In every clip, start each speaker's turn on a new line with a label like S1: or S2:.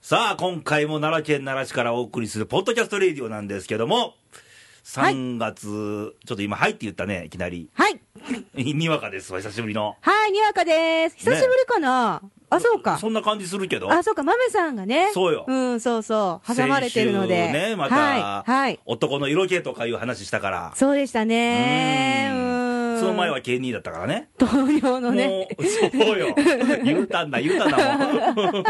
S1: さあ、今回も奈良県奈良市からお送りするポッドキャストレディオなんですけども、
S2: はい
S1: 3月、ちょっと今、はいって言ったね、いきなり。
S2: はい。
S1: にわかですわ、久しぶりの。
S2: はい、にわかです。久しぶりかな、あ、そうか。
S1: そんな感じするけど。
S2: あ、そうか、まめさんがね。
S1: そうよ
S2: うん、そうそう。挟まれてるので。
S1: 先週ね、ま
S2: はい。
S1: た、
S2: はい。
S1: 男の色気とかいう話したから。
S2: そうでしたね。
S1: う
S2: う
S1: ー
S2: ん。
S1: その前は K2 だったからね。
S2: 同僚のね。
S1: もう、そう よ。言うたんだ、言うた んだ、もう。もう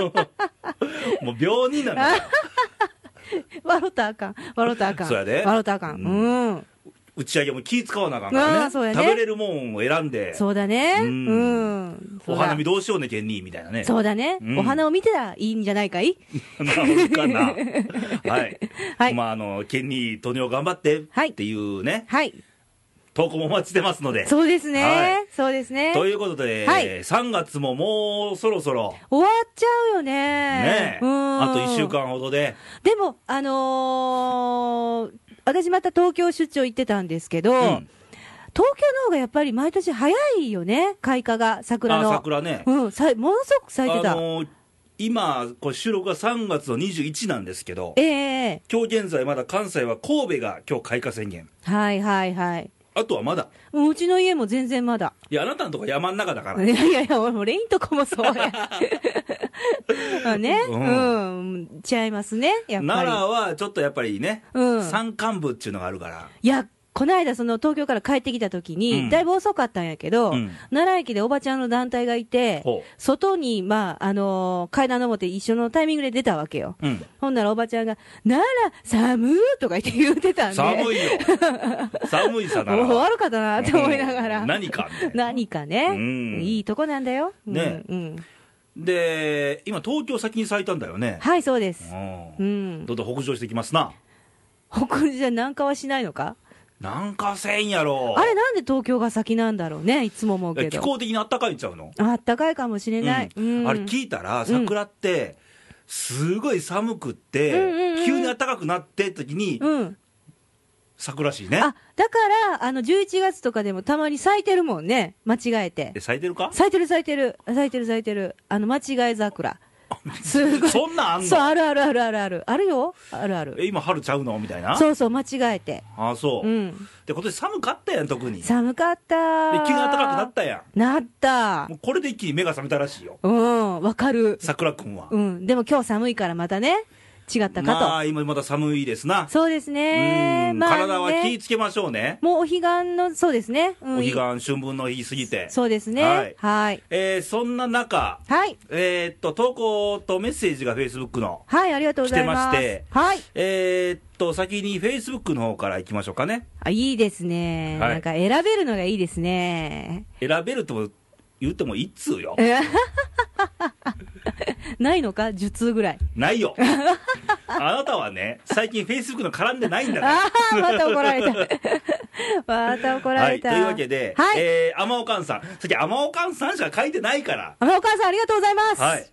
S1: 病人なんだよ。
S2: 笑ったらあかん。笑ったらあかん。
S1: そうやで
S2: 笑ったらあかん。
S1: う
S2: うん。
S1: 打ち上げも気使わなあかんから
S2: あ
S1: ね。
S2: ーそうやね
S1: 食べれるもんを選んで、
S2: そうだね。
S1: う
S2: うんん。
S1: お花見
S2: ど
S1: どうしようね、ケンニーみたいなね。
S2: そうだね
S1: う。ん
S2: お花を見てたらいいんじゃないかい
S1: なるか な。はい。
S2: はい
S1: まあ、あの、ケンニー、トニオ頑張って
S2: はい
S1: っていうね、
S2: はい。
S1: 投稿もお待ちしてますので。
S2: そうです
S1: は
S2: ね。そうですね。
S1: ということで、
S2: はい
S1: 3月ももうそろそろ、
S2: 終わっちゃうよ
S1: ね
S2: ね。
S1: え、
S2: うん
S1: あと1週。間ほどで、
S2: でも、あのー私また東京出張行ってたんですけ
S1: ん
S2: ど、東京の方がやっぱり毎年早いよね、開花が、桜
S1: あ
S2: の。
S1: 桜ね、
S2: うん、さいものすごく咲いてた。
S1: あの今、こう収録が3月の21なんですけど
S2: え、え
S1: 今日現在、まだ関西は神戸が今日開花宣言、
S2: はいはいはい。
S1: あとはまだ、
S2: うんうちの家も全然まだ。
S1: いや、あなたのとこ山の中だから
S2: い、やいやいや、俺もレインとこもそう や。 まあね、
S1: う
S2: うん、違いますね、やっぱ
S1: 奈
S2: り。
S1: 良はちょっとやっぱりね、
S2: うん
S1: 山間部っていうのがあるから、
S2: いや、この間、その東京から帰ってきた時に、
S1: うん
S2: だいぶ遅かったんやけど、
S1: うん
S2: 奈良駅でおばちゃんの団体がいて、
S1: ほ
S2: 外に、まあ、あのー階段登って一緒のタイミングで出たわけよ。
S1: う、うん、
S2: ほんならおばちゃんが、奈良寒ーとか言って言ってたんで。
S1: 寒
S2: い。
S1: いよ、 寒いさなら、
S2: もう悪かったなって思いながら。
S1: うん何かみたいな
S2: 何かね、
S1: うん
S2: いいとこなんだよ。うん
S1: ね
S2: うん。
S1: で、今、東京先に咲いたんだよね、
S2: はい、そうです。
S1: う
S2: うんん。
S1: どんどん北上してきますな、
S2: 北陸じゃ南下はしないのか
S1: なんかせんやろ、
S2: あれなんで東京が先なんだろうね、いつも思うけ
S1: 気
S2: ど。
S1: 候的にあったかいんちゃうの
S2: あったかいかもしれない。
S1: うん
S2: うん
S1: あれ聞いたら桜ってすごい寒くって、
S2: うんうんうん
S1: 急に暖かくなって時に
S2: うん。
S1: 咲くらしいね、
S2: あ、だから、あの、11月とかでもたまに咲いてるもんね。間違えて
S1: え。咲いてるか
S2: 咲いてる咲いてる。咲いてる咲いてる。あの、間違え桜。すごい。
S1: そんなんあん
S2: そう、
S1: の
S2: あるあるあるあるある。あるよ。あるあ
S1: え
S2: る。
S1: 今春ちゃうのみたいな
S2: そうそう、間違えて。
S1: あそう、
S2: うん。
S1: で今年寒かったやん特にで急
S2: 寒かった
S1: に暖かくなったや
S2: なった
S1: んもうこれで一気に目が覚めたらしいよ
S2: うん、わかる。
S1: 桜くんは、
S2: うん。でも今日寒いからまたね、違ったかと。
S1: まあ今まだ寒いですな、
S2: そうですね。
S1: うん
S2: まあ、
S1: 体は気
S2: ね
S1: ぃつけましょうね
S2: もうお彼岸の、そうですね。う
S1: お
S2: ん
S1: 彼岸春分の日過ぎて
S2: そうです
S1: は
S2: ね
S1: い。
S2: はい。
S1: えーそんな中
S2: はい。
S1: えーっと投稿とメッセージが Facebook の
S2: はい、ありがとうございます。
S1: 来て
S2: はい。
S1: えーっと、先に Facebook の方から行きましょうかね。
S2: あ、いいですね。
S1: はい
S2: なんか選べるのがいいですね。
S1: 選べるとも言っても一通よ。
S2: え ないのか ?10 通ぐ らい。
S1: ないよ。あなたはね、最近 Facebook の絡んでないんだから。
S2: ああ、また怒ら れた。また怒ら
S1: は
S2: れ
S1: い、と
S2: た。
S1: いうわけで、
S2: はい。
S1: えー、天岡さん。さっき天岡さんしか書いてないから。
S2: あお母さんありがとうございます。
S1: はい。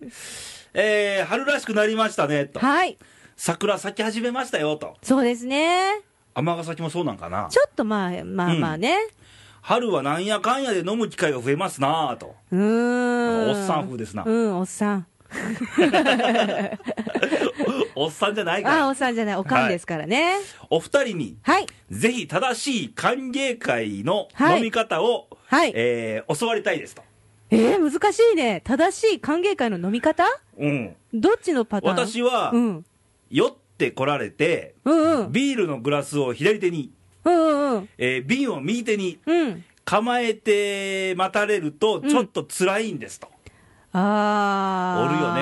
S1: えー、春らしくなりましたね、と。
S2: はい。
S1: 桜咲き始めましたよ、と。
S2: そうですね。
S1: 天ヶ崎もそうなんかな
S2: ち。ょっとまあ、まあまあね。
S1: 春はなんやかんやで飲む機会が増えますなぁ と。
S2: うーん。
S1: おっさん風ですな
S2: うん、おっさん。
S1: おっさんじゃないか
S2: ああ、
S1: ら。
S2: おっさんじゃない、おかんですからね。
S1: お二人に
S2: はい。
S1: ぜひ正しい歓迎会の
S2: はい
S1: 飲み方を、
S2: はい
S1: えー教わりたいですと、
S2: えー、難しいね。正しい歓迎会の飲み方
S1: うん、
S2: どっちのパターン
S1: 私は、
S2: うん。
S1: 酔ってこられて、
S2: うんうん。
S1: ビールのグラスを左手に、
S2: うんうんうん。
S1: えー瓶を右手に
S2: うん。
S1: 構えて待たれると、ちょっと辛いんですと、
S2: あ
S1: お
S2: ー。
S1: るよね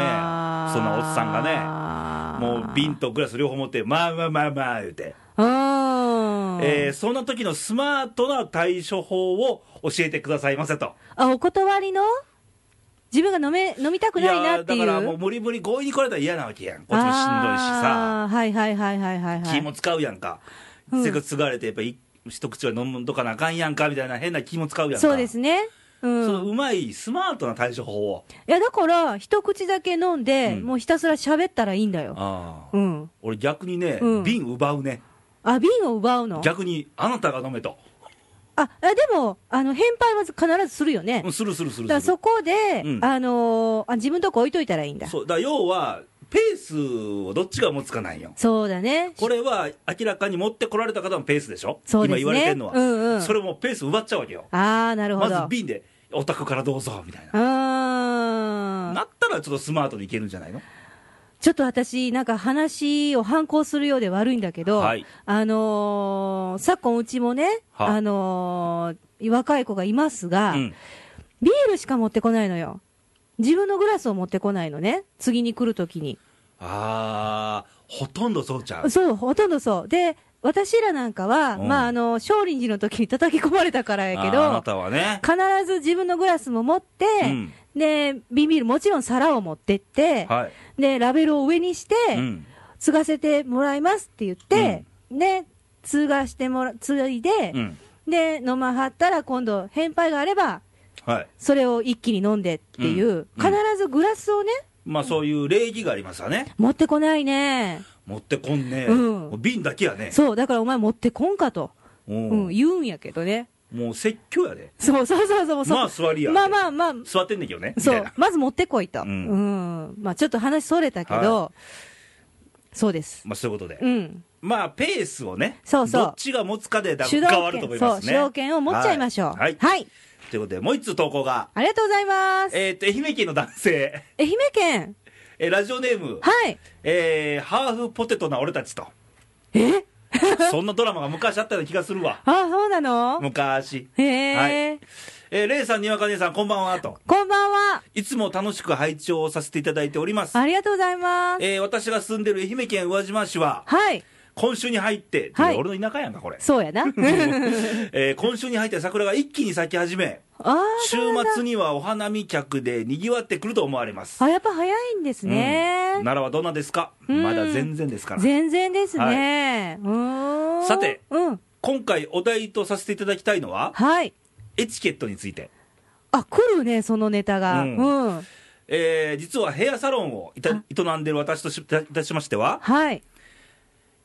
S1: そのおっさんがね
S2: ね
S1: もう瓶。とグラス両方持って、まあまあまあまあ言うて、
S2: あー。
S1: えーそんな時のスマートな対処法を教えてくださいませと。
S2: あ、お断りの自分が飲め、飲みたくないなっていう。
S1: やーだからもう無理無理強引に来られたら嫌なわけやん、こっちもしんどいしさ。
S2: あー。はいはいはいはいはい、はい。
S1: 気も使うやんか、
S2: うん
S1: せっかく継がれて、やっぱり一口は飲むとかなあかんやんかみたいな変な気も使うやんか、
S2: そうですね。うん。
S1: そのうまいスマートな対処法を、
S2: いや、だから、一口だけ飲んで、
S1: うん
S2: もうひたすら喋ったらいいんだよ。
S1: ああ
S2: うん。
S1: 俺、逆にね、
S2: うん
S1: 瓶奪うね、
S2: あ、瓶を奪うの
S1: 逆にあなたが飲めと、
S2: あ、あでも、あの、返杯は必ずするよね
S1: う。んするするす
S2: だ
S1: る
S2: か
S1: す
S2: ら
S1: る、
S2: そこで、
S1: うん
S2: あのーあ、自分とこ置いといたらいいんだ。
S1: そうだから要は、ペースをどっちが持つかなんよ。
S2: そうだね。
S1: これは明らかに持ってこられた方のペースでしょ、
S2: そうで
S1: 今言わ
S2: すね
S1: れてるのは、
S2: うんうん
S1: それもペース奪っちゃうわけよ、
S2: ああ、なるほ
S1: ま
S2: ど。
S1: ず瓶で、お宅からどうぞみたいな、
S2: あ
S1: な
S2: あ。
S1: ったらちょっとスマートにいけるんじゃないの
S2: ちょっと私、なんか話を反抗するようで悪いんだけど、
S1: はい
S2: あのー昨今うちもね、
S1: は
S2: あのー若い子がいますが、
S1: うん
S2: ビールしか持ってこないのよ。自分のグラスを持ってこないのね。次に来るときに。
S1: あー、ほとんどそうちゃう、
S2: そう、ほとんどそう。で、私らなんかは、
S1: うん
S2: まあ、あの、少林寺の時に叩き込まれたからやけ
S1: あーあな
S2: ど、
S1: たはね、
S2: 必ず自分のグラスも持って、
S1: うん
S2: で、ビニール、もちろん皿を持ってって、
S1: はい、
S2: で、ラベルを上にして、
S1: うん、
S2: 継がせてもらいますって言って、ね、継がしてもら、継いで
S1: う、ん、
S2: で、飲まはったら今度、返杯があれば、
S1: はい、
S2: それを一気に飲んでっていう、
S1: うんうん
S2: 必ずグラスをね、
S1: まあそういう礼儀がありますわね、
S2: 持ってこないね。
S1: 持ってこんね、
S2: うん
S1: もう瓶だけやね、
S2: そう、だからお前持ってこんかと、
S1: う
S2: うん、
S1: ん
S2: 言うんやけどね。
S1: もう説教やで、
S2: そうそうそうそう。そ
S1: まあ座りや
S2: まあまあまあ、
S1: 座ってんねんけどね、み
S2: そ
S1: たいうな、。
S2: まず持ってこいと。
S1: う
S2: うん
S1: ん。
S2: まあちょっと話それたけど、そうです。
S1: まあそういうことで、
S2: うん。
S1: まあペースをね、
S2: そうそう
S1: どっちが持つかでだ
S2: 主
S1: 変
S2: 導
S1: わると思
S2: 権、
S1: い
S2: そ
S1: ま
S2: う、
S1: す
S2: 主
S1: ね。
S2: 導権を持っちゃいましょう。
S1: はい。はい
S2: はい。
S1: ということで、もう一つ投稿が、
S2: ありがとうございます。
S1: えっ、と、愛媛県の男性、
S2: 愛媛県。
S1: えーラジオネーム、
S2: はい。
S1: えーハーフポテトな俺たちと、
S2: え
S1: そんなドラマが昔あったような気がす るわ、
S2: あ、そうなの
S1: 昔。
S2: へえ、
S1: えーレイさん、にわか姉さん、こんばんはと、
S2: こんばんは。
S1: いつも楽しく拝聴させていただいております。
S2: ありがとうございます。
S1: えー私が住んでる愛媛県宇和島市は、
S2: はい。
S1: 今週に入って、
S2: はい
S1: いや俺の田舎やんか、これ、
S2: そうや な。あ
S1: えー今週に入って桜が一気に咲き始め、
S2: あー、
S1: 週
S2: そうなんだ
S1: 末にはお花見客でにぎわってくると思われます。
S2: あ、やっぱ早いんですね。
S1: 奈良はどんなですか、
S2: うん
S1: まだ全然ですから、
S2: 全然ですね。うーん。
S1: さて。
S2: うん。
S1: 今回お題とさせていただきたいのは、
S2: はい。
S1: エチケットについて、
S2: あ、来るね、そのネタが。う。
S1: うんんえー実はヘアサロンをいた営んでいる私としいたしましては、
S2: はい。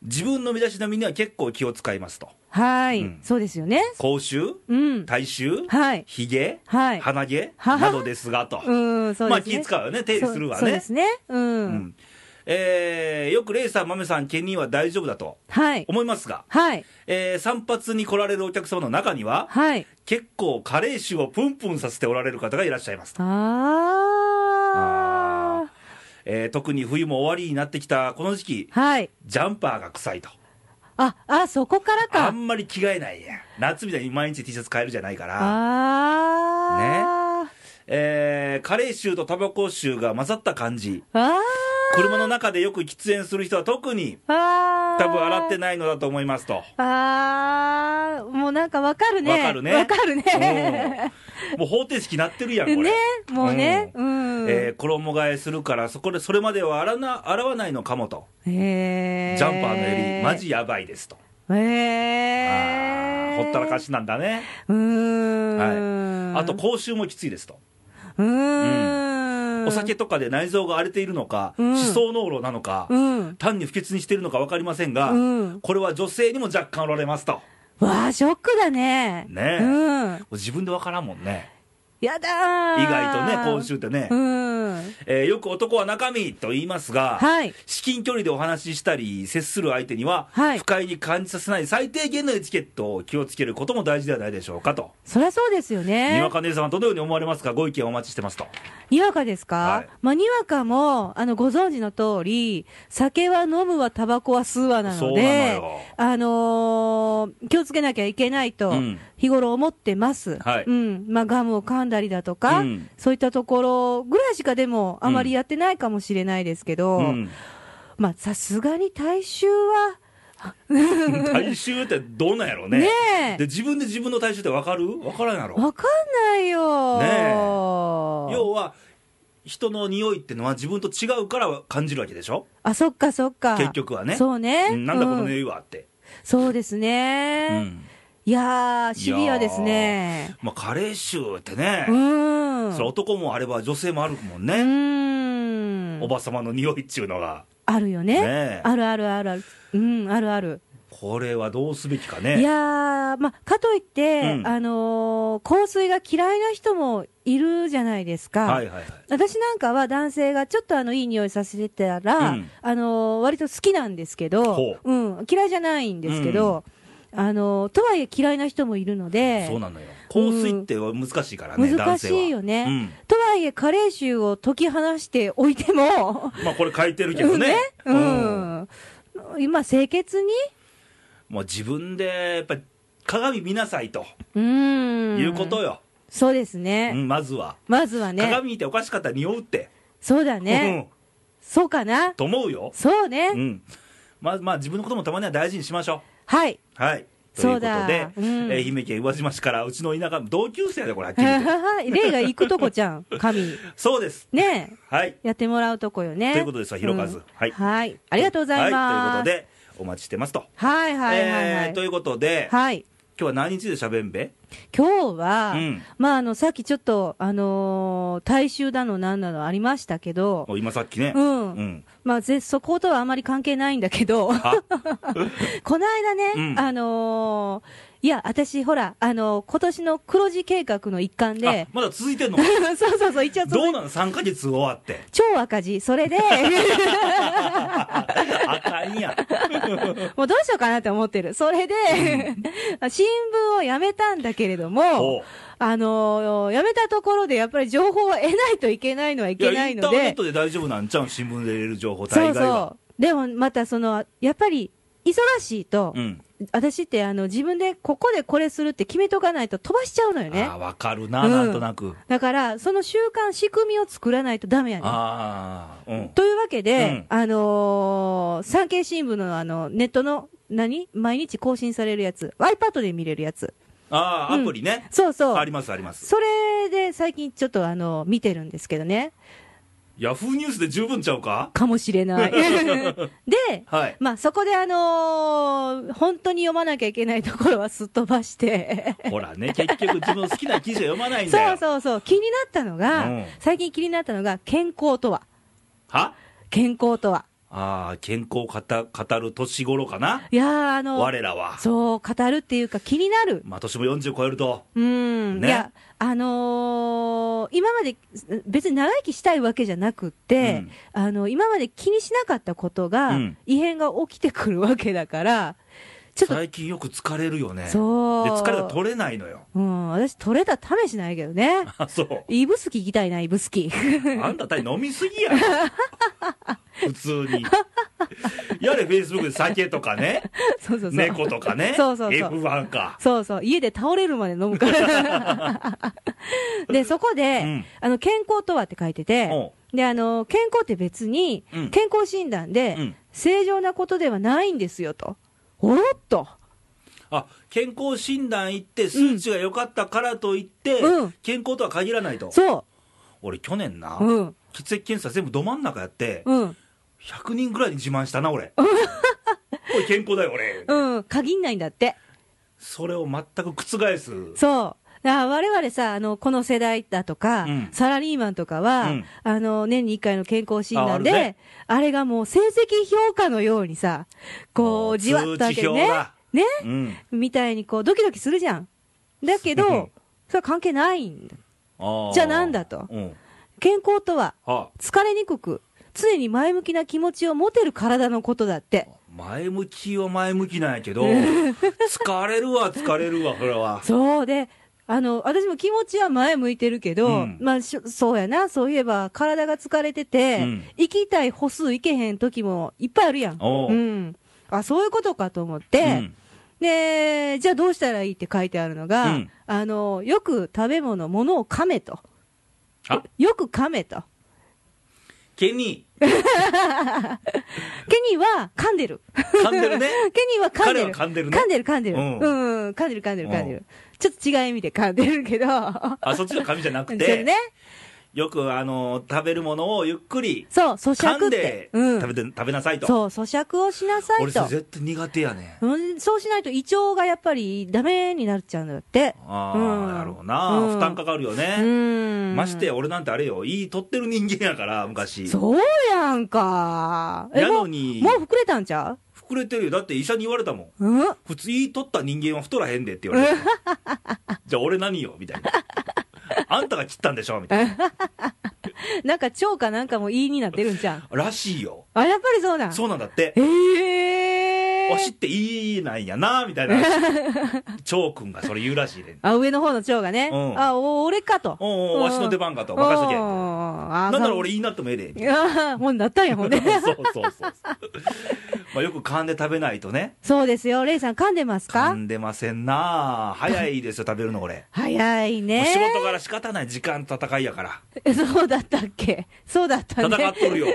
S1: 自分の身だしなみには結構気を使いますと、
S2: はい、
S1: うん
S2: そうですよね。
S1: 口臭、
S2: うん。
S1: 体臭、
S2: はい。
S1: ひげ、
S2: はい。
S1: 鼻毛
S2: はは
S1: などですがと、
S2: うん、そうですね。
S1: まあ気使うよね、手入れするわ
S2: そうそうで
S1: ね。
S2: すね。うん。
S1: うんえーよくレイさん、マメさん、ケニーは大丈夫だと
S2: はい。
S1: 思いますが、
S2: はい。
S1: えー散髪に来られるお客様の中には、
S2: はい。
S1: 結構加齢臭をプンプンさせておられる方がいらっしゃいますと、
S2: あ
S1: えー特に冬も終わりになってきたこの時期
S2: ー。はい。
S1: ジャンパーが臭いと
S2: あ、あ、そこから
S1: あ
S2: か。
S1: んまり着替えないやん夏みたいに毎日 T シャツ買えるじゃないから、
S2: あー。ね。
S1: えー、加齢臭とタバコ臭が混ざった感じ
S2: あー。
S1: 車の中でよく喫煙する人は特に
S2: あー。
S1: 多分洗ってないのだと思いますと、
S2: あー。もうなんかわかるね。
S1: わかるね
S2: わかるね。
S1: うんもう方程式なってるやんこれ、
S2: ね。もうね。う。
S1: うんえー衣替えするからそこでそれまでは洗わな洗わないのかもと
S2: へー
S1: ジャンパーの襟マジやばいですと
S2: へ
S1: あ
S2: ー
S1: ーほったらかしなんだね、
S2: うーん、
S1: あと口臭もきついですと、
S2: うーん
S1: お酒とかで内臓が荒れているのか、
S2: うん
S1: 思想濃炉なのか、
S2: うん
S1: 単に不潔にしているのか分かりませんが、
S2: うん
S1: これは女性にも若干おられますと、
S2: わあショックだね
S1: ねえ
S2: うん
S1: 自分で分からんもんね、
S2: やだ
S1: 意
S2: ー
S1: 外とね、口臭ってね、
S2: うん
S1: えーよく男は中身と言いますが、
S2: はい
S1: 至近距離でお話ししたり、接する相手には、
S2: はい
S1: 不快に感じさせない最低限のエチケットを気をつけることも大事ではないでしょうかと。
S2: そりゃそうですよ
S1: に
S2: ね
S1: わか姉さんはどのように思われますか、ご意見をお待ちしてますと。
S2: にわかですか、
S1: はい
S2: まあ、にわかもあのご存知の通り酒は飲むわタバコは吸うわな
S1: そ
S2: の
S1: うなの
S2: で
S1: よ
S2: あのー気をつけなきゃいけないと
S1: うん
S2: 日頃思ってます、
S1: はい
S2: うんまあ、ガムを噛んだりだとか、
S1: うん
S2: そういったところぐらいしかでもあまりやってないかもしれないですけど、
S1: う ん
S2: まあさすがに大衆は
S1: 体臭ってどうなんやろうね
S2: ね
S1: で自分で自分の体臭って分かる分からんやろ
S2: わかんないよ
S1: 要は人の匂いってのは自分と違うから感じるわけでしょ
S2: あそっかそっか
S1: 結局はね
S2: そうね、
S1: うんなんだこの
S2: うん
S1: 匂いはって、
S2: そうです
S1: う
S2: ね、
S1: ん
S2: いやーシビアですね
S1: まあ、加齢臭ってね、
S2: うん
S1: それ男もあれば女性もあるもん
S2: う
S1: ね、
S2: ん
S1: おばさまの匂いっちゅうのが
S2: あるよね
S1: ねえ
S2: あるあるあるあるうんあるある
S1: ここれはどうすべきかね。
S2: いやー、まあ、かといって、
S1: うん
S2: あのー香水が嫌いな人もいるじゃないですか。
S1: はいはいはい。
S2: 私なんかは男性がちょっとあのいい匂いさせてたら、
S1: うん
S2: あのー割と好きなんですけど
S1: ほ、
S2: うん、嫌いじゃないんですけど、あのーとはいえ嫌いな人もいるので
S1: そうなのよ。香水っては難しいからね、
S2: 難
S1: 男性
S2: し
S1: は。
S2: いよね、
S1: うん。
S2: とはいえ加齢臭を解き放しておいても
S1: まあこれ書いてるけどね。
S2: う。ん、今清潔に
S1: もう自分で、やっぱり鏡見なさいと
S2: うん
S1: いうことよ。
S2: そうですね、
S1: うんまずは。
S2: まずはね
S1: 鏡見ておかしかったら匂うって。
S2: そうだ
S1: う
S2: ね、
S1: ん
S2: そうかな
S1: と思うよ。
S2: そうね、
S1: うん。まあまあ自分のこともたまには大事にしましょ。
S2: はいう
S1: はい。という
S2: そ
S1: こと
S2: うだ
S1: で、
S2: うん
S1: えー愛媛県宇和島市からうちの田舎、同級生だよ、これ、はっきり言 って。
S2: レイが行くとこじ ゃん神
S1: そうです。
S2: ね
S1: はい。
S2: えやってもらうとこよね
S1: ということですわ広和
S2: うん
S1: はい
S2: はいありがとうございま
S1: はい、
S2: す
S1: ということで、お待ちしてますと。
S2: はいはいはいは
S1: え
S2: い
S1: ーということで、今
S2: はい
S1: 日は何についてしゃべんべ
S2: 今日は、
S1: うん
S2: まあ、あの、さっきちょっと、あのー大衆だのなんだのありましたけど、
S1: もう今さっきね。
S2: うん
S1: うん。
S2: まあ、ぜそことはあまり関係ないんだけど、
S1: あ、
S2: この間ね、
S1: うん
S2: あのーいや、私、ほら、あのー今年の黒字計画の一環
S1: あ
S2: で、
S1: まだ続いてんの
S2: そうそうそう、一応その
S1: どうなの ?3 ヶ月終わって。
S2: 超赤字、それで、
S1: あかんやん。
S2: もうどうしようかなって思ってる。それで、 新聞をやめたんだけれど
S1: ほ
S2: も
S1: う、
S2: あのーやめたところでやっぱり情報を得ないといけないのはい
S1: いや
S2: けない
S1: イン
S2: の
S1: タ
S2: で。
S1: ーネットで大丈夫なんちゃうん新聞で入れる情報、
S2: そ
S1: 大
S2: う
S1: 概は。
S2: そう。でもまたその、やっぱり、忙しいと、
S1: ん。
S2: 私ってあの自分でここでこれするって決めとかないと飛ばしちゃうのよね
S1: あ。ーわかるな、
S2: うん
S1: なんとなく。
S2: だから、その習慣、仕組みを作らないとダメやねん。
S1: ああ、うん。
S2: というわけで、
S1: う
S2: あのー産経新聞のあの、ネットの、何毎日更新されるやつ。iPad で見れるやつ。
S1: ああ、アプリね。
S2: そうそ
S1: あ
S2: う
S1: り。ます、あります。
S2: それで最近ちょっとあの、見てるんですけどね。
S1: ヤフーニュースで十分ちゃうか
S2: かもしれ ない。 で、
S1: はい。
S2: まあ、そこであのー本当に読まなきゃいけないところはすっ飛ばして、
S1: ほらね、結局自分の好きな記事は読まないんだよ。
S2: そうそうそう、気になったのが、
S1: うん
S2: 最近気になったのが、健康とは、
S1: は
S2: 健康とは。
S1: ああ、健康を語語る年頃かな、
S2: いやー、あの、
S1: 我らは。
S2: そう、語るっていうか、気になる。
S1: まあ、年も40超えると、
S2: うん、
S1: ね
S2: いや、あのー今まで別に長生きしたいわけじゃなくって、あの今まで気にしなかったことが、
S1: うん
S2: 異変が起きてくるわけだから、ちょっと、
S1: 最近よく疲れるよね。
S2: そう
S1: で、疲れが取れないのよ。
S2: うん、私、取れた試しないけ どね。
S1: あ、 そう。
S2: イブスキ行きたいな、イブスキ。
S1: あんたたい飲みすぎやろ普通に。やれ、フェイスブックで酒とかね、
S2: そうそうそう。
S1: 猫とかね、
S2: そうそうそう
S1: F1 か。
S2: そうそう。家で倒れるまで飲むから。 で、そこで、
S1: うん
S2: あの、健康とはって書いてて、で、あの、健康って別に
S1: うん、
S2: 健康診断で、
S1: うん
S2: 正常なことではないんですよ、と。おろっと。
S1: あ健康診断行って、数値が良かったからといって、
S2: うん
S1: 健康とは限らないと。
S2: そ
S1: 俺、去年な、
S2: う。うん。
S1: 血液検査全部ど真ん中やって、
S2: うん。
S1: 100人ぐらいに自慢したな、 俺。おい、健康だよ、俺。
S2: うん。限んないんだって。
S1: それを全く覆す。
S2: そう。だから我々さ、あの、この世代だとか、
S1: うん
S2: サラリーマンとかは、
S1: うん
S2: あの、年に1回の健康診断で、
S1: ああ
S2: あ
S1: るね
S2: れがもう成績評価のようにさ、こ
S1: もう
S2: う、じわっとわ
S1: 通
S2: け
S1: 知
S2: で
S1: 表
S2: ね
S1: だ、
S2: ね、
S1: うん。
S2: みたいにこう、ドキドキするじゃん。だけど、それは関係ないんだ。
S1: あー
S2: じゃあなんだと
S1: うん。
S2: 健康とは、
S1: あ、
S2: 疲れにくく、常に前向きな気持ちを持てる体のことだって。
S1: 前向きは前向きなんや けど、疲れるわ、疲れるわ、これは。
S2: そうで、あの、私も気持ちは前向いてるけど、
S1: うん
S2: まあ、しょそうやな、そういえば、体が疲れてて、
S1: うん
S2: 行きたい歩数行けへん時もいっぱいあるやん。
S1: おう
S2: うん。あ、そういうことかと思っ
S1: う
S2: て、
S1: ん
S2: で、じゃあどうしたらいいって書いてあるの
S1: う
S2: が、
S1: ん
S2: あの、よく食べ物、物を噛めと。
S1: あ、
S2: よく噛めと。
S1: ケニ
S2: ケニーは噛んでる。
S1: ー、噛んでるね。
S2: ケニーは噛んで
S1: 彼
S2: る。
S1: は噛んでるね
S2: 噛んでる、噛んでる。
S1: う
S2: うんん、うん、噛んでる、噛んでる、噛んでる。ちょっと違い見て噛んでるけど。
S1: あ、そっちの紙じゃな
S2: そ
S1: く
S2: れ
S1: て、
S2: ね。
S1: よく、あの、食べるものをゆっくり
S2: そう、咀
S1: 噛
S2: 嚼
S1: ん
S2: って
S1: で。
S2: うん。
S1: 食べて、食べなさいと。
S2: そう、咀嚼をしなさい
S1: 俺、そ
S2: と
S1: れ。絶対苦手やね。
S2: うんそうしないと胃腸がやっぱりダメになっちゃうんだって。
S1: あ
S2: う
S1: あ、
S2: ん
S1: なるほどな。
S2: うん
S1: 負担かかるよ
S2: う
S1: ね。
S2: ん。
S1: ましてや、俺なんてあれよ、いい取ってる人間やから、昔。
S2: そうやんか。え、
S1: や
S2: も
S1: の
S2: う、
S1: に、
S2: もう膨れたんちゃう
S1: 膨膨れてるよ。だって医者に言われたもん。
S2: うん
S1: 普通言い取った人間は太らへんでって言われて。 じゃあ俺何よみたいな。あんたが切ったんでしょみたいな。
S2: なんか腸かなんかもいいになってるんじゃん。
S1: らしいよ。
S2: あ、やっぱりそうなん。
S1: そうなんだって。
S2: ええ
S1: わしっていいなんやなみたいな。蝶君がそれ言うらしい ね。
S2: あ、上の方の腸がね。
S1: うん
S2: あ、お俺かと。
S1: おうおうわしの出番かと。
S2: おー
S1: 任せとけ。な
S2: あ
S1: んなら俺いいなってもええで。
S2: いや ー、もうなったんやもんね。
S1: そうそうそう。まあよく噛んで食べないとね。
S2: そうですよ。レイさん噛んでます
S1: 噛
S2: か
S1: んでませんな早いですよ、食べるの俺。
S2: 早い
S1: もう仕
S2: ね。
S1: 事から仕方ない時間戦いやから。
S2: えそうだったっけそうだったね。
S1: 戦っとるよ。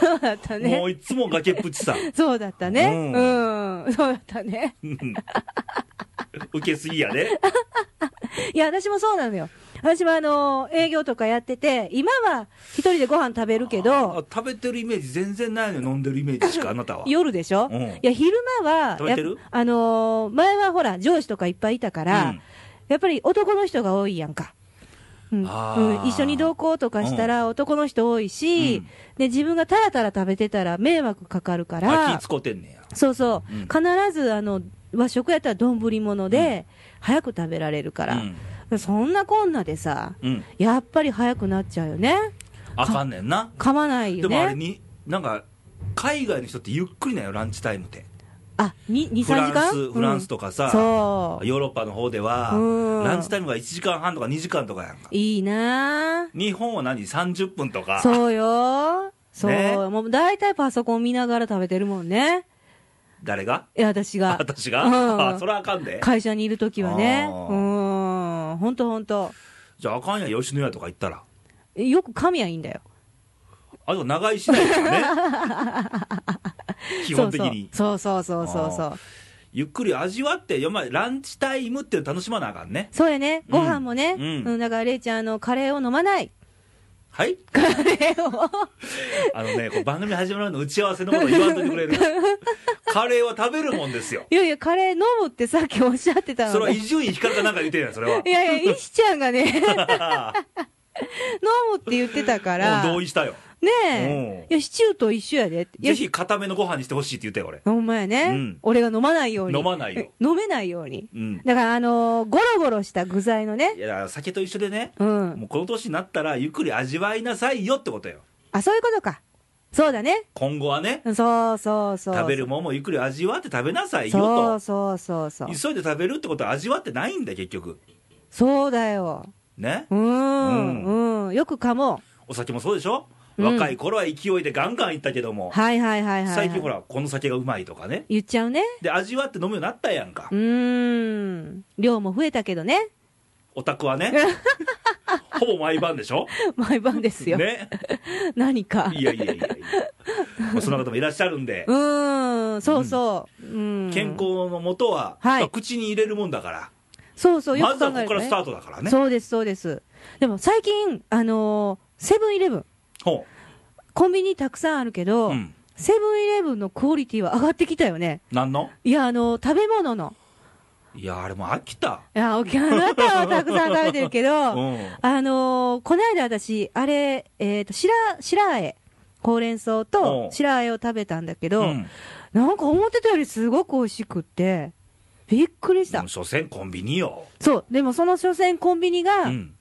S2: そうだった
S1: も
S2: ね。
S1: ういつも崖っぷちさ。
S2: そうだったね。
S1: う
S2: うん。そうだったね。
S1: うん受けすぎやで。
S2: いや、私もそうなのよ。私もあのー営業とかやってて、今は一人でご飯食べるけ
S1: あ
S2: ど、
S1: 食べてるイメージ全然ないのよ、飲んでるイメージしか、あなたは。
S2: 夜でしょ、
S1: うん
S2: いや、昼間は、
S1: 食べてる
S2: やっぱあのー前はほら、上司とかいっぱいいたから、
S1: うん
S2: やっぱり男の人が多いやんか。うん
S1: あ
S2: う
S1: ー
S2: ん、一緒に同行とかしたら男の人多いし、
S1: うん
S2: で自分がたらたら食べてたら迷惑かかるか
S1: あ
S2: ら
S1: 気使ってんねや。
S2: そうそう、
S1: うん
S2: 必ずあの和食やったら丼物で早く食べられるから、
S1: うん。
S2: そんなこんなでさ
S1: うん。
S2: やっぱり早くなっちゃうよね
S1: あかんねんな。
S2: 噛まない
S1: で
S2: よ
S1: もあれ
S2: ね
S1: に、なんか、海外の人ってゆっくりなんよ、ランチタイムって。
S2: あに23時
S1: フラン
S2: 間
S1: ス、フランスとか
S2: うん
S1: さ、
S2: そう
S1: ヨーロッパの方では
S2: うん、
S1: ランチタイムが1時間半とか2時間とかやんか。
S2: いいなあ
S1: 日本は何 ?30 分とか。
S2: そうよそう、
S1: ね
S2: もう大体パソコン見ながら食べてるもんね
S1: 誰が
S2: いや私が
S1: 私が、
S2: うん
S1: あそれはあかんで。
S2: 会社にいるときはね、
S1: あ
S2: う
S1: ー
S2: ーん、本当本当、
S1: じゃああかんや、吉野家とか行ったら。
S2: よく噛みゃいいんだよ、
S1: あと長居しないからね。 基本的に。
S2: そうそうそうそうそうそう、
S1: ゆっくり味わって、よまあランチタイムっていうの楽しまなあかんね。
S2: そうやね、ご飯もね、
S1: う
S2: うんんだから、れいちゃんあの、カレーを飲まない、
S1: はい
S2: カレーを、
S1: あのね、こう番組始まるの打ち合わせのこと言わんといてくれる。カレーは食べるもんですよ。
S2: いやいや、カレー飲むってさっきおっしゃってた
S1: それ
S2: の
S1: は伊集院光かなんか言ってるやん、それは。
S2: いやいや、石ちゃんがね、飲むって言ってたから、
S1: もう同
S2: ね
S1: 意したよ。
S2: え
S1: う、ん
S2: いや、シチューと一緒やで、いや
S1: ぜ、ひ固めのご飯にしてほしいって言ったよ、俺。
S2: ほんまやね、
S1: うん
S2: 俺が飲まないように、
S1: 飲まないよ
S2: 飲めないように、
S1: うん。
S2: だから、あのーゴロゴロした具材のね
S1: い、や、だから酒と一緒でね、
S2: うん。
S1: もうこの年になったらゆっくり味わいなさいよってことよ。
S2: あ、そういうことか。そうだね。
S1: 今後はね、
S2: そうそうそう。
S1: 食べるもんもゆっくり味わって食べなさいよ
S2: そう
S1: と。
S2: そうそうそう。
S1: 急いで食べるってことは味わってないんだよ、結局。
S2: そうだよ。
S1: ね。
S2: うーん、
S1: う
S2: うん、よくかも。
S1: お酒もそうでしょ、
S2: うん
S1: 若い頃は勢いでガンガンいったけども、
S2: はいはいはいはい、はい。
S1: 最近ほ。ら、この酒がうまいとかね、
S2: 言っちゃうね。
S1: で味わって飲むようになったやんか
S2: う、ーん。量も増えたけどね。
S1: お宅はね、ほぼ毎晩でしょ、
S2: 毎晩ですよ。
S1: ね、
S2: 何か。
S1: いやいやいやいや、まあそんな方もいらっしゃるんで
S2: う、ーん、そうそう。うん。
S1: 健。康のもとは、
S2: はい
S1: まあ口に入れるもんだから、
S2: そうそう、よ
S1: ま
S2: く
S1: ず
S2: 考
S1: はこ
S2: え
S1: こから
S2: るとね
S1: スタートだからね、
S2: そうです、そうです。でも最近、あのーセブンイレブン。
S1: ほ
S2: コンビニたくさんあるけ
S1: う
S2: ど、
S1: うん、
S2: セブンイレブンのクオリティは上がってきたよね。
S1: なんの
S2: いや、あの、食べ物の。
S1: いや、あれもう飽きた、
S2: いや、お客あなたはたくさん食べてるけ
S1: う
S2: ど、
S1: ん、
S2: あのーこないだ私、あれ、えっ、と、白、白あえ。ほうれん草
S1: お
S2: と
S1: う
S2: 白あえを食べたんだけ
S1: う
S2: ど、
S1: ん、
S2: なんか思ってたよりすごく美味しくって、びっくりし
S1: で
S2: た。
S1: も所詮コンビニよ、
S2: そう。でもその所詮コンビニが、
S1: うん、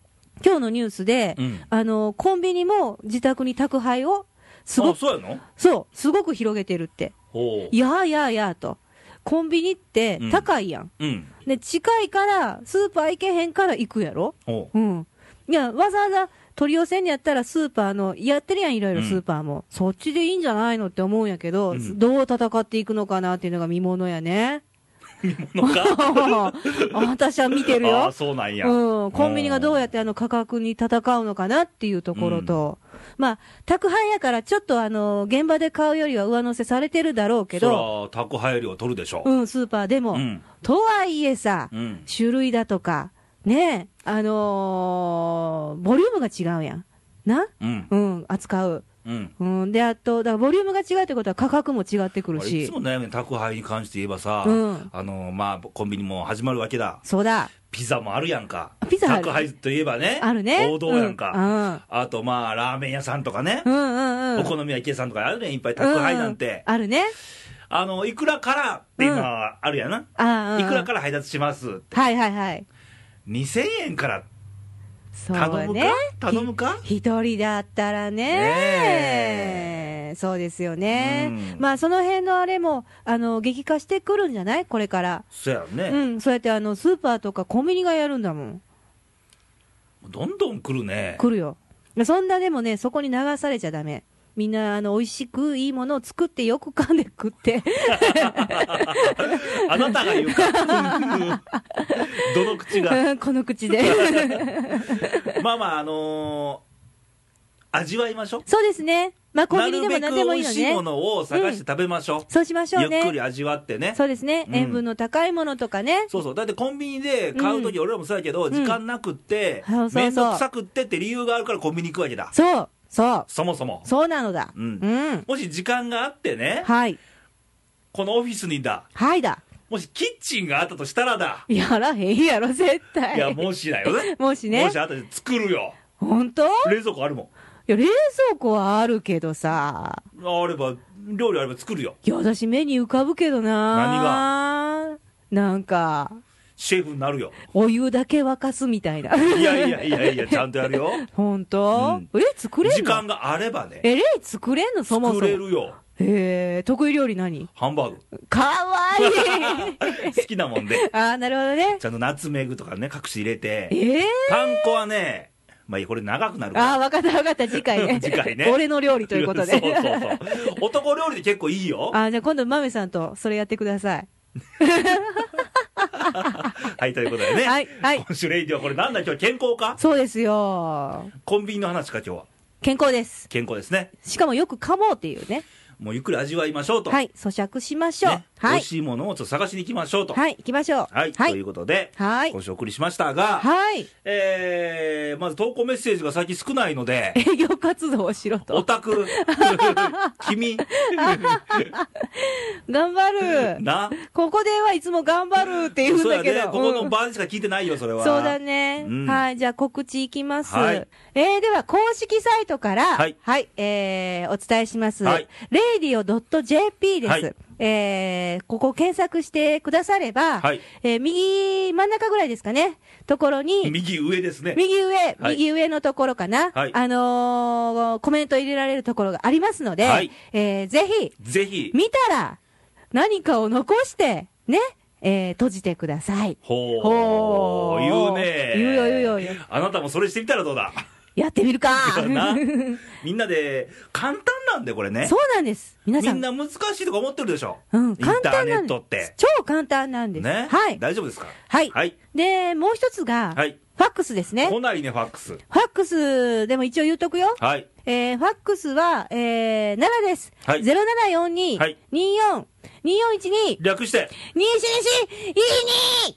S2: 今日のニュースで、
S1: うん、
S2: あのーコンビニも自宅に宅配を、すご
S1: あ
S2: く、
S1: そうやの
S2: そう、すごく広げてるって。
S1: ほ
S2: いやーやーやーと。コンビニって
S1: うん
S2: 高いやん。
S1: う、うん、
S2: で、近いから、スーパー行けへんから行くやろ
S1: ほ
S2: うん。いや、わざわざ取り寄せんのやったらスーパーの、やってるやん、いろいろ
S1: うん
S2: スーパーも。そっちでいいんじゃないのって思うんやけど、
S1: うん
S2: どう戦っていくのかなっていうのが見もの やね。
S1: う、のか
S2: 私は見て る
S1: ああ
S2: よ
S1: ー。そうなんや、
S2: うん、コンビニがどうやってあの価格に戦うのかなっていうところと、まあ、宅配やからちょっとあの、現場で買うよりは上乗せされてるだろうけ
S1: そ
S2: ど、
S1: ら宅配料取るでしょ
S2: うん、スーパーでも。
S1: ん
S2: とはいえさ、
S1: うん
S2: 種類だとか、ねえ、あのーボリュームが違うやん。な
S1: うん
S2: うん、扱う。
S1: うん
S2: うん、で、あと、だからボリュームが違うってことは価格も違ってくる
S1: 俺い
S2: し
S1: つ。も悩み宅配に関して言えばさ、
S2: うん
S1: あのまあ、コンビニも始まるわけだ、
S2: そうだ、
S1: ピザもあるやんか、
S2: あピザある
S1: 宅配といえばね、
S2: あるね。
S1: 王道やんか、
S2: か。
S1: あとまあ、ラーメン屋さんとかね
S2: う、ん、うん、うんうんうん。
S1: お好み焼き屋さんとかあるねん、いっぱい宅配なんて、
S2: ううあるね。
S1: あの、いくらからって今あるやな。
S2: ああ。
S1: いくら
S2: か
S1: から配達します。
S2: はいはいはい。
S1: 2000円から
S2: そう
S1: 頼むか
S2: ね。
S1: 頼むか
S2: ひ一人だったらね
S1: ね
S2: そうですよね、
S1: うん
S2: まあその辺のあれもあの激化してくるんじゃないこれから、
S1: そや
S2: う
S1: ね。
S2: んそうやってあのスーパーとかコンビニがやるんだもん
S1: どんどん来るね。
S2: 来るよそんなでもねそこに流されちゃダメみんなあの美味しくいいものを作ってよく噛んで食って
S1: あなたが言うか。 どの口が。
S2: この 口で
S1: まあまあ、あのー味わいましょう。
S2: そうですねまあコン
S1: な
S2: ビニで
S1: る
S2: も
S1: べく
S2: 何
S1: 美
S2: でもいい
S1: 味
S2: よ
S1: しい
S2: ね
S1: ものを探して食べましょ
S2: そうしまし
S1: う。
S2: ょ
S1: ゆ
S2: うね
S1: っくり味わってね。
S2: そうですね、
S1: うん
S2: 塩分の高いものとかね
S1: そうそう。だってコンビニで買うとき、俺らもそうやけど、
S2: ん
S1: 時間なくって
S2: そうそう、そう
S1: めんどくさくってって理由があるからコンビニ行くわけだ。
S2: そうそう
S1: そもそも。
S2: そうなのだ
S1: うん
S2: うん
S1: もし時間があってね、
S2: はい。
S1: このオフィスにだ、
S2: はいだ。
S1: もしキッチンがあったとしたらだ、
S2: やらへんやろ、絶対。
S1: いや、もしだよね。
S2: もしね
S1: もし。あったら作るよ。
S2: 本当い
S1: 冷蔵庫あるも
S2: や、冷蔵庫はあるけどさ。
S1: ん。あれば、料理あれば作るよ。
S2: いや、私目に浮かぶけどな。何がなんか、
S1: シェフになるよ。
S2: お湯だけ沸かすみたいな。
S1: いやいやいやいや、ちゃんとやるよ。
S2: 本当、え、作れんの
S1: 時間があればね、
S2: え、レイ作れんのそもそ
S1: 作れ
S2: も。
S1: るよ。
S2: へえ、得意料理何
S1: ハンバーグ。
S2: かわ いい
S1: 好きなもん で。
S2: あー、なるほどね。
S1: ちゃんとナツメグとかね、隠し入れて。
S2: ええ
S1: パン粉はね、まあいい、これ長くなるから。
S2: あー、わかったわかった、次回ね。
S1: 次回ね
S2: 俺の料理ということで。
S1: そうそうそう。男料理で結構いいよ。
S2: あー、じゃあ今度、豆さんとそれやってください。
S1: はい、ということでね。
S2: はい、はい。
S1: 今週レイディはこれなんだ今日健康か
S2: そうですよ。
S1: コンビニの話か今日は。
S2: 健康です。
S1: 健康ですね。
S2: しかもよく噛もうっていうね。
S1: もうゆっくり味わいましょうと。。
S2: はいい。咀嚼しましょう。
S1: 美
S2: はい
S1: 味。しいものをちょっと探しに行きましょうと。
S2: はい。行きましょう。
S1: はい。
S2: は
S1: とい
S2: い。
S1: うことで、
S2: はい
S1: 今週お送りしましたが、
S2: はい
S1: えー、まず投稿メッセージが最近少ないので、
S2: 営業活動をしろ
S1: オ
S2: と。
S1: タ ク、君、
S2: 頑張る。
S1: な、
S2: ここではいつも頑張るって言うん
S1: そう
S2: だ
S1: や
S2: けど。
S1: ね、ここ
S2: う
S1: の
S2: ん
S1: 番しか聞いてないよ、それは。
S2: そうだね、
S1: うん
S2: はい。じゃあ告知いきます。
S1: はい
S2: えー、では公式サイトから、
S1: は
S2: はいい。えー、お伝えします。
S1: はい
S2: radio.jp です。
S1: はい
S2: えー、ここ検索してくだされば、
S1: はい
S2: えー、右、真ん中ぐらいですかね。ところに、
S1: 右上ですね。
S2: 右上、
S1: はい
S2: 右上のところかな、
S1: はい
S2: あのーコメント入れられるところがありますので、
S1: はい
S2: えーぜひ、
S1: ぜひ、
S2: 見たら、何かを残して、ね、えー閉じてください。
S1: ほう。
S2: ほう
S1: 言うね。
S2: 言うよ言うよ言うよ
S1: あなたもそれしてみたらどうだ
S2: やってみるか
S1: なみんなで、簡単なんでこれね。
S2: そうなんです。皆
S1: み
S2: さん。
S1: んな難しいとか思ってるでしょ。
S2: うん、簡単
S1: インターネ
S2: な
S1: ッ
S2: ん
S1: トっ
S2: です
S1: て。。
S2: 超簡単なんです。
S1: ね。
S2: はい。
S1: 大丈夫ですか
S2: はい。
S1: はい。
S2: で、もう一つが、
S1: はい
S2: ファックスですね。
S1: 来ないね、ファックス。
S2: ファックスでも一応言っとくよ。
S1: はい。
S2: えーファックスは、えー、7です。
S1: はい
S2: 0742、
S1: はい
S2: 24、2412、
S1: 略して。
S2: 2 4 2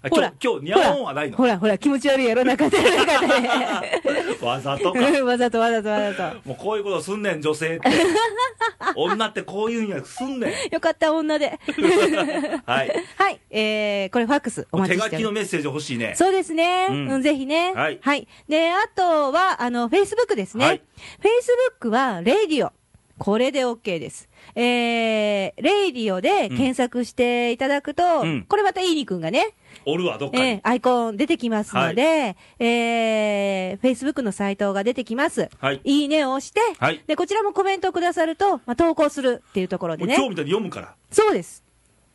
S1: あ
S2: ほ
S1: 今
S2: ら
S1: 日、今日、ニャオンはないの
S2: ほら、ほら、気持ち悪いやろ、中で、中
S1: わざとか。
S2: で。 わざとわざとわざ
S1: もうこういうことすんねん、女性 って。女ってこういうんやすんねん。
S2: と。よかった、女で。
S1: はい。
S2: はい、えー、これファックスお待
S1: 手
S2: ちし
S1: 書き
S2: ており
S1: の
S2: ます。
S1: メッセージ欲しいね。
S2: そうですね。
S1: う
S2: うんん、ぜひね。
S1: はい
S2: で、あとは、あの、Facebook ですね。
S1: は
S2: はいい、Facebook は、レイディオ。これで OK です。えー、レイディオで検索していただくと、
S1: うん
S2: これまたイーニくんがね、
S1: おるわ、どっか
S2: えー
S1: に。
S2: アイコン出てきますので、えー、Facebook のサイトが出てきます。
S1: はい
S2: いいねを押して、
S1: はい
S2: で、こちらもコメントをくださると、まあ、投稿するっていうところ
S1: も
S2: で
S1: う
S2: ね
S1: 今。日みたいに読むから。
S2: そうです。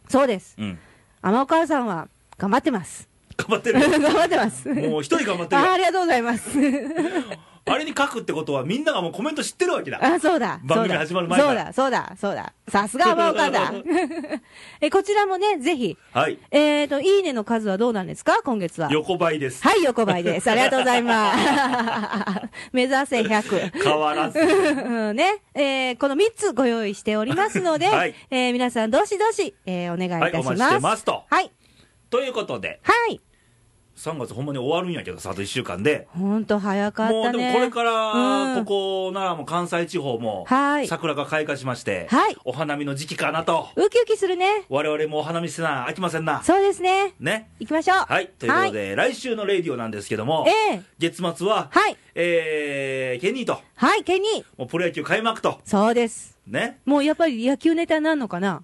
S2: そうです。
S1: うん。
S2: 天岡さんは、頑張ってます。
S1: 頑張ってるよ
S2: 頑張ってます。
S1: もう一人頑張ってる
S2: あ
S1: よ
S2: ありがとうござい ます。
S1: あれに書くってことはみんながもうコメント知ってるわけだ。
S2: あ、そうだ。
S1: 番組
S2: そうだ
S1: 始まる前か
S2: そう
S1: ら
S2: だ、そうだ、そうだ。さすが天岡だ。え、こちらもね、ぜひ、
S1: はい。
S2: えっ、と、いいねの数はどうなんですか今月は。
S1: 横ばいです。
S2: はい、横ばいです。 ありがとうございます。目指せ100。
S1: 変わ らず。
S2: うんね、えーこの3つご用意しておりますの で、
S1: はい
S2: えー皆さんどしどし、えーお願いいたします。
S1: はいお待ちしてますと
S2: はい。
S1: ということで、
S2: はい。
S1: 3月ほんまに終わるんやけどさ、あと1週間で。
S2: ほんと早かったね。
S1: もうでもこれか
S2: う
S1: ら、こ
S2: ん
S1: こならもう関西地方も
S2: はい、
S1: 桜が開花しまして、
S2: はい
S1: お花見の時期かなと、
S2: ウキウキするね。
S1: 我々もお花見せな、飽きませんな。
S2: そうですね。
S1: ね。
S2: 行きましょう。
S1: はい、ということで、来週のレディオなんですけども
S2: は、いええ
S1: 月末は、
S2: はい。
S1: えー、ケニーと、
S2: はい、ケニー。
S1: もうプロ野球開幕と、
S2: そうです。
S1: ね。
S2: もうやっぱり野球ネタになんのかな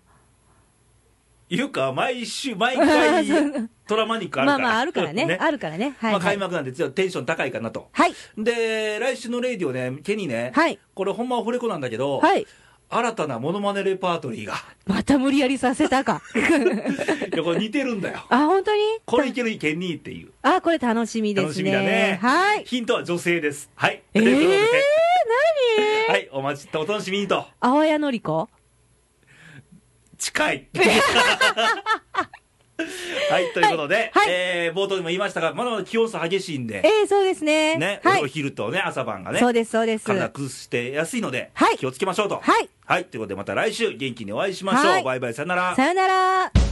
S1: いうか、毎週、毎 回、トラマニックあるから。
S2: まあまあ、あるからね。あるからね。はい、
S1: ま
S2: は
S1: あ
S2: い。
S1: 開幕なんで、ちょっとテンション高いかなと。
S2: はい。
S1: で、来週のレディオね、ケニーね、
S2: はい。
S1: これほんまオフレコなんだけど、
S2: はい。
S1: 新たなモノマネレパートリーが、
S2: また無理やりさせ たか。
S1: いやこれ似てるんだよ。
S2: あ、本当に
S1: これいける、ケニーっていう。
S2: あ、これ楽しみですね。
S1: 楽しみだね。
S2: はい。
S1: ヒントは女性です。はい。
S2: え
S1: ということで
S2: ー、何
S1: はい、お待ち、お楽しみにと。
S2: 青谷のり子
S1: 近 い。はい、ということで、
S2: はいはい
S1: えー冒頭でも言いましたが、まだまだ気温差激しいんで、
S2: ええそうですね。
S1: ね、
S2: はい
S1: お。昼とね、朝晩がね
S2: そ、うです、そうです。
S1: 体崩して安いので、
S2: はい
S1: 気をつけましょうと。
S2: はい。
S1: はい、ということでまた来週元気にお会いしましょう。
S2: はい
S1: バイバイ、さよなら。
S2: さよなら。